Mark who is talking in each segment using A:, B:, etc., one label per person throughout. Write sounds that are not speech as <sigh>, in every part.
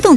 A: 懂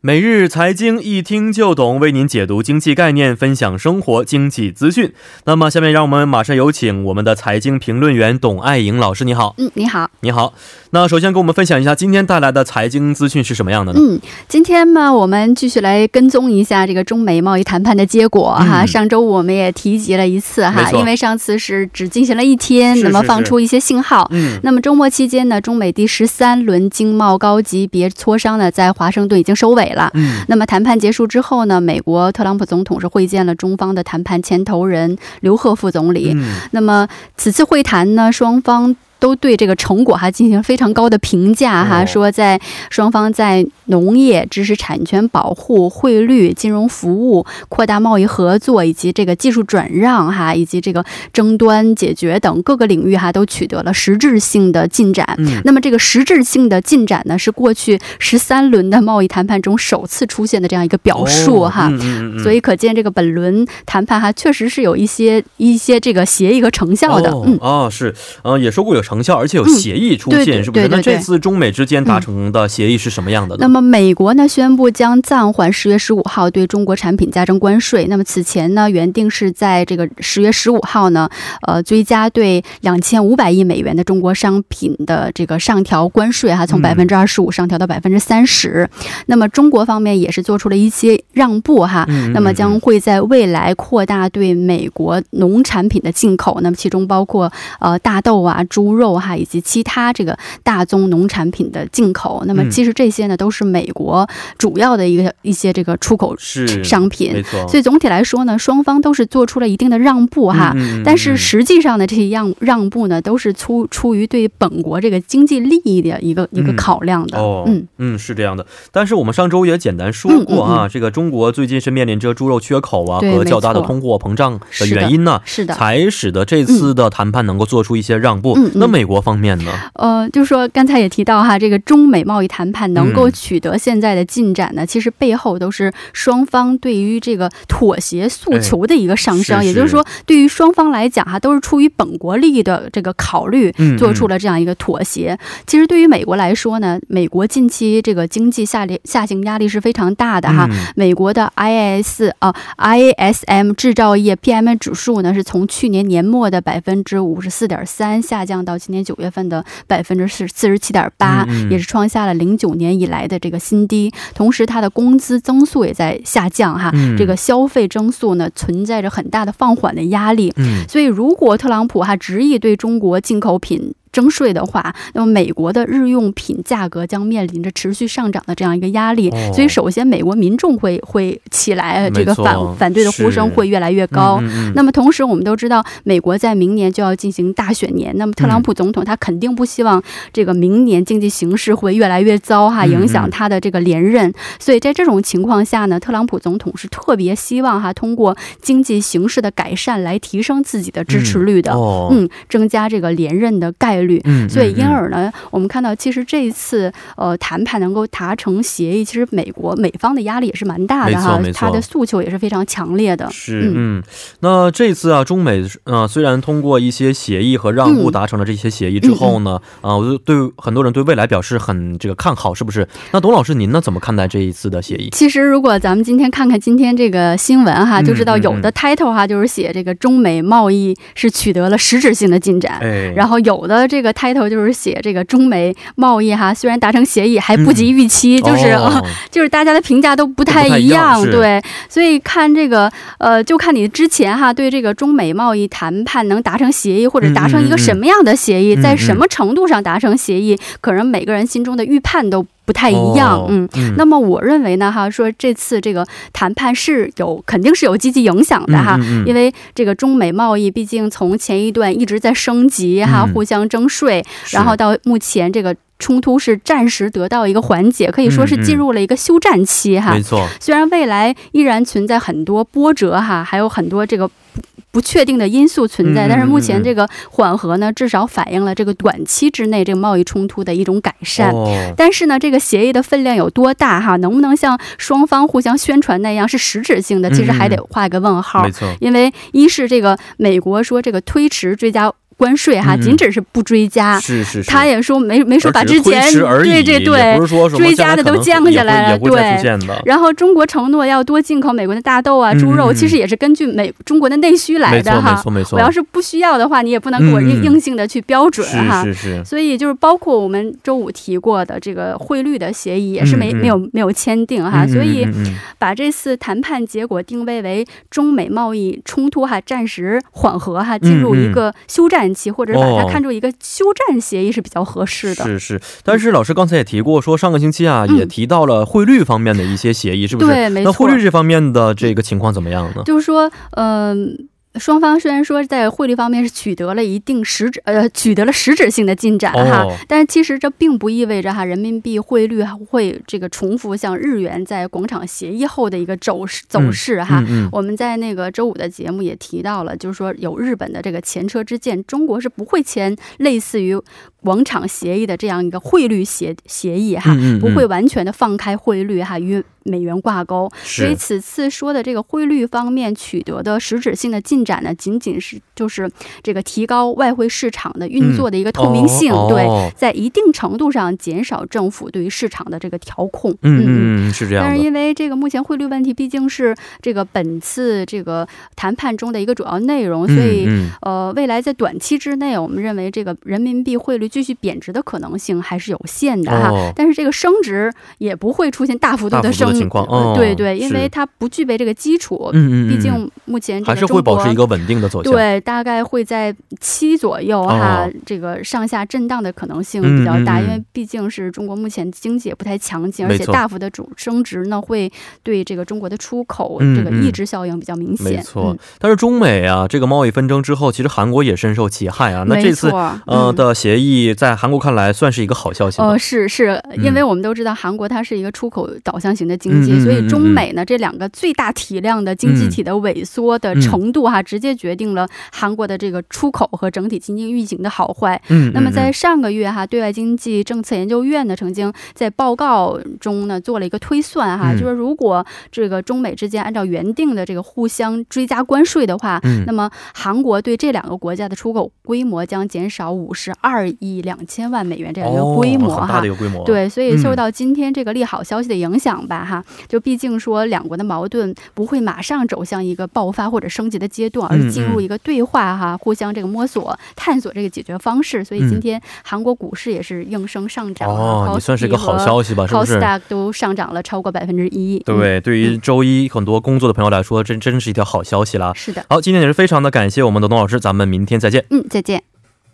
B: 每日财经一听就懂，为您解读经济概念，分享生活经济资讯。那么，下面让我们马上有请我们的财经评论员董爱颖老师，你好，
C: 嗯，你好，
B: 你好。那首先给我们分享一下今天带来的财经资讯是什么样的呢？
C: 嗯，今天嘛，我们继续来跟踪一下这个中美贸易谈判的结果哈。
B: 嗯
C: 上周我们也提及了一次
B: 没
C: 哈，
B: 错
C: 因为上次是只进行了一天，
B: 是
C: 那么
B: 是
C: 放
B: 是
C: 出一些信号。
B: 嗯，
C: 那么周末期间呢，中美第十三轮经贸高级别磋商呢，在华盛顿已经收尾了。
B: 嗯，
C: 那么谈判结束之后呢，美国特朗普总统是会见了中方的谈判牵头人刘鹤副总理。
B: 嗯，
C: 那么此次会谈呢，双方。都对这个成果哈进行非常高的评价哈，
B: 哦
C: 说在双方在农业、知识产权保护、汇率、金融服务、扩大贸易合作以及这个技术转让哈，以及这个争端解决等各个领域哈都取得了实质性的进展。
B: 嗯
C: 那么这个实质性的进展呢，是过去十三轮的贸易谈判中首次出现的这样一个表述哈。
B: 嗯嗯嗯、
C: 所以可见这个本轮谈判哈，确实是有一些一些这个协议和成效的。
B: 哦、
C: 嗯，
B: 哦，是，呃，也说过有成效，而且有
C: 嗯
B: 协议出现，
C: 对对
B: 是不是？
C: 对对
B: 那这
C: 对
B: 次中美之间达成的协议是什么样的呢？
C: 那么美国呢宣布将暂缓十月十五号对中国产品加征关税。那么此前呢，原定是在这个十月十五号呢，呃，追加对两千五百亿美元的中国商品的这个上调关税哈，从
B: 嗯
C: 百分之二十五上调到百分之三十。那么中国方面也是做出了一些让步哈，
B: 嗯，嗯
C: 那么将会在未来扩大对美国农产品的进口，那么其中包括呃大豆啊、猪肉哈、以及其他这个大宗农产品的进口。那么
B: 嗯
C: 其实这些呢都是美国主要的一个一些这个出口
B: 是
C: 商品
B: 没错，
C: 所以总体来说呢，双方都是做出了一定的让步哈。
B: 嗯嗯嗯
C: 但是
B: 嗯
C: 实际上呢，这些让让步呢，都是出出于对本国这个经济利益的一个一个
B: 嗯
C: 考量的。
B: 哦，
C: 嗯
B: 是这样的。但是我们上周也简单说过啊，
C: 嗯嗯
B: 这个中国最近是面临着猪肉缺口啊
C: 对
B: 和较大的
C: 没错
B: 通货膨胀的
C: 是的
B: 原因呢、
C: 是的，
B: 才使得这次的谈判能够做出一些让步。
C: 嗯嗯
B: 那美国方面呢？
C: 呃，就说刚才也提到哈，这个中美贸易谈判能够
B: 嗯
C: 取得现在的进展呢，其实背后都是双方对于这个妥协诉求的一个上升，
B: 哎是
C: 也就是
B: 是
C: 说，对于双方来讲哈，都是出于本国利益的这个考虑。
B: 嗯，
C: 做出
B: 了。
C: 了这样一个妥协。其实对于美国来说呢，美国近期这个经济下跌下行压力是非常大的哈。
B: 嗯
C: 美国的 IIS 啊、IASM 制造业 PMI 指数呢，是从去年年末的百分之五十四点三下降到今年九月份的百分之四四十七点八
B: 嗯嗯，
C: 也是创下了零九年以来的这个新低。同时，它的工资增速也在下降哈，
B: 嗯
C: 这个消费增速呢存在着很大的放缓的压力。
B: 嗯
C: 所以，如果特朗普哈执意对中国进口品征税的话，那么美国的日用品价格将面临着持续上涨的这样一个压力。
B: 哦
C: 所以，首先美国民众会会起来，
B: 没
C: 这个
B: 错
C: 反反对的呼声
B: 是
C: 会越来越高。
B: 嗯嗯嗯
C: 那么同时，我们都知道，美国在明年就要进行大选年，那么特
B: 嗯
C: 朗普总统他肯定不希望这个明年经济形势会越来越糟哈，
B: 嗯嗯
C: 影响他的这个连任。所以在这种情况下呢，特朗普总统是特别希望哈通过经济形势的改善来提升自己的支持率的，
B: 哦，
C: 嗯，增加这个连任的概率。
B: 嗯
C: 所以，
B: 嗯
C: 因
B: 嗯
C: 而呢，我们看到，其实这一次呃谈判能够达成协议，其实美国美方的压力也是蛮大
B: 没
C: 的
B: 错
C: 哈
B: 没，错
C: 他的诉求也是非常强烈的。
B: 是，嗯，那这次啊，中美啊、呃虽然通过一些协议和让步
C: 嗯
B: 达成了这些协议之后呢，啊、我就对很多人对未来表示很这个看好，是不是？那董老师您呢，怎么看待这一次的协议？
C: 其实，如果咱们今天看看今天这个新闻哈，
B: 嗯
C: 就知道
B: 嗯
C: 有的
B: 嗯
C: title 哈就是写这个中美贸易是取得了实质性的进展。
B: 哎
C: 然
B: 后
C: 后有的这个 title 就是写这个中美贸易哈，虽然达成协议还不及预期，就是、
B: 嗯
C: 啊
B: 哦
C: <laughs> 就是大家的评价都不
B: 都
C: 太
B: 不太一
C: 一
B: 样
C: 样，
B: 是
C: 对，所以看这个呃，就看你之前哈对这个中美贸易谈判能达成协议，或者达成一
B: 嗯嗯
C: 个
B: 嗯
C: 什么样的协议，
B: 嗯
C: 在
B: 嗯
C: 什么程度上达成协议，可能每个人心中的预判都不太一样，
B: 哦
C: 嗯。
B: 嗯
C: 那么我认为呢，哈，说这次这个谈判是有肯定是有积极影响的哈。
B: 嗯嗯嗯
C: 因为这个中美贸易毕竟从前一段一直在升级哈，
B: 嗯
C: 互相征税，
B: 是
C: 然后到目前这个冲突是暂时得到一个缓解，可以说是进入了一个休战期哈。
B: 嗯没错，
C: 虽然未来依然存在很多波折哈，还有很多这个不不确定的因素存在，
B: 嗯
C: 但是目
B: 嗯
C: 前
B: 嗯
C: 这个缓和呢，至少反映了这个短期之内这个贸易冲突的一种改善。
B: 哦，
C: 但是呢，这个协议的分量有多大哈？能不能像双方互相宣传那样是实质性的？其实还得画一个问号。
B: 嗯没错，
C: 因为一是这个美国说这个推迟追加关税哈，
B: 嗯嗯
C: 仅只是不追加，
B: 是是是，
C: 他也说没没说把之前
B: 而只是推迟而已
C: 对对
B: 也
C: 对
B: 不。是说什么
C: 追加
B: 将来
C: 的
B: 可能
C: 都降下来了
B: 也会也会再出现的。
C: 然后中国承诺要多进口美国的大豆啊、
B: 嗯
C: 猪肉，
B: 嗯嗯
C: 其实也是根据美中国的内需来
B: 没
C: 的
B: 错没
C: 哈。
B: 错没错，
C: 我要是不需要的话，你也不能给我
B: 嗯
C: 硬
B: 嗯
C: 硬性的去标准哈。
B: 是是是，
C: 所以就是包括我们周五提过的这个汇率的协议也是没、
B: 嗯嗯
C: 没有没有签订哈，
B: 嗯
C: 啊所以
B: 嗯嗯嗯
C: 把这次谈判结果定位为中美贸易冲突哈暂时缓和哈，进入一个休战期，或者是把
B: 嗯哦
C: 它看作一个休战协议是比较合适的。
B: 是是，但是老师刚才也提过，说上个星期啊、
C: 嗯
B: 也提到了汇率方面的一些协议，是不是？
C: 对没
B: 那
C: 错
B: 汇率这方面的这个情况怎么样呢？
C: 就是说，嗯、双方虽然说在汇率方面是取得了一定实质呃取得了实质性的进展啊哈，
B: 哦
C: 但是其实这并不意味着哈人民币汇率会这个重复像日元在广场协议后的一个走势走势哈。
B: 嗯嗯，
C: 我们在那个周五的节目也提到了，就是说有日本的这个前车之鉴，中国是不会签类似于广场协议的这样一个汇率协协议哈，
B: 嗯嗯嗯
C: 不会完全的放开汇率哈与美元挂钩。所以
B: 是
C: 此次说的这个汇率方面取得的实质性的进展呢，仅仅是就是这个提高外汇市场的运作的一个透明性，
B: 嗯哦
C: 对。
B: 哦
C: 在一定程度上减少政府对于市场的这个调控。
B: 嗯嗯嗯，是这样
C: 但是
B: 的。
C: 因为这个目前汇率问题毕竟是这个本次这个谈判中的一个主要内容，所以、
B: 嗯
C: 呃，未来在短期之内，我们认为这个人民币汇率继续贬值的可能性还是有限的哈。
B: 哦
C: 但是这个升值也不会出现大幅度
B: 大幅度的
C: 升，
B: 情况哦
C: 呃对对，因
B: 是
C: 为它不具备这个基础
B: 嗯，嗯嗯，
C: 毕竟目前
B: 嗯
C: 这
B: 还
C: 个
B: 是
C: 中
B: 会
C: 国
B: 保持一个稳定的走向。
C: 对，大概会在七左右哈、
B: 哦
C: 这个上下震荡的可能性比较大，
B: 嗯嗯嗯
C: 因为毕竟是中国目前经济也不太强劲，
B: 没
C: 而且
B: 错
C: 大幅的主升值呢，会对这个中国的出口、
B: 嗯
C: 这个
B: 嗯
C: 抑制效应比较明显。
B: 没错
C: 嗯、，
B: 但是中美啊，这个贸易纷争之后，其实韩国也深受其害啊。那这次
C: 没错
B: 呃
C: 嗯
B: 的嗯协议，在韩国看来算是一个好消息吧。
C: 呃，是是，因为我们都知道韩国它是一个出口导向型的经
B: 嗯
C: 济，
B: 嗯嗯嗯嗯
C: 所以中美呢这两个最大体量的经济体的萎缩的程度哈、直接决定了韩国的这个出口和整体经济运行的好坏。
B: 嗯，嗯
C: 那么在
B: 嗯
C: 上个月哈，对外经济政策研究院呢曾经在报告中呢做了一个推算哈，
B: 嗯
C: 就是如果这个中美之间按照原定的这个互相追加关税的话，
B: 嗯
C: 那么韩国对这两个国家的出口规模将减少五十二亿两千万美元这样一个
B: 哦
C: 规模
B: 很
C: 哈。
B: 大的一个规模。，
C: 对，所以
B: 嗯
C: 受到今天这个利好消息的影响吧，哈，就毕竟说两国的矛盾不会马上走向一个爆发或者升级的阶段，而
B: 嗯
C: 是进入
B: 嗯
C: 一个对话哈，互相这个摸索、探索这个解决方式。所以
B: 嗯
C: 今天韩国股市也是应声上涨啊，
B: 哦，
C: 高
B: 你算是一
C: 迪
B: 个好
C: 和
B: 消息吧？是不是？
C: Kosdaq 都上涨了超过百分之一。嗯，
B: 对，对于周一很多工作的朋友来说，真真是一条好消息啦。
C: 嗯是的，
B: 好，今天也是非常的感谢我们的董老师，咱们明天再见。
C: 嗯，再见。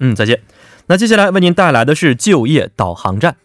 B: 嗯，再见。那接下来为您带来的是就业导航站。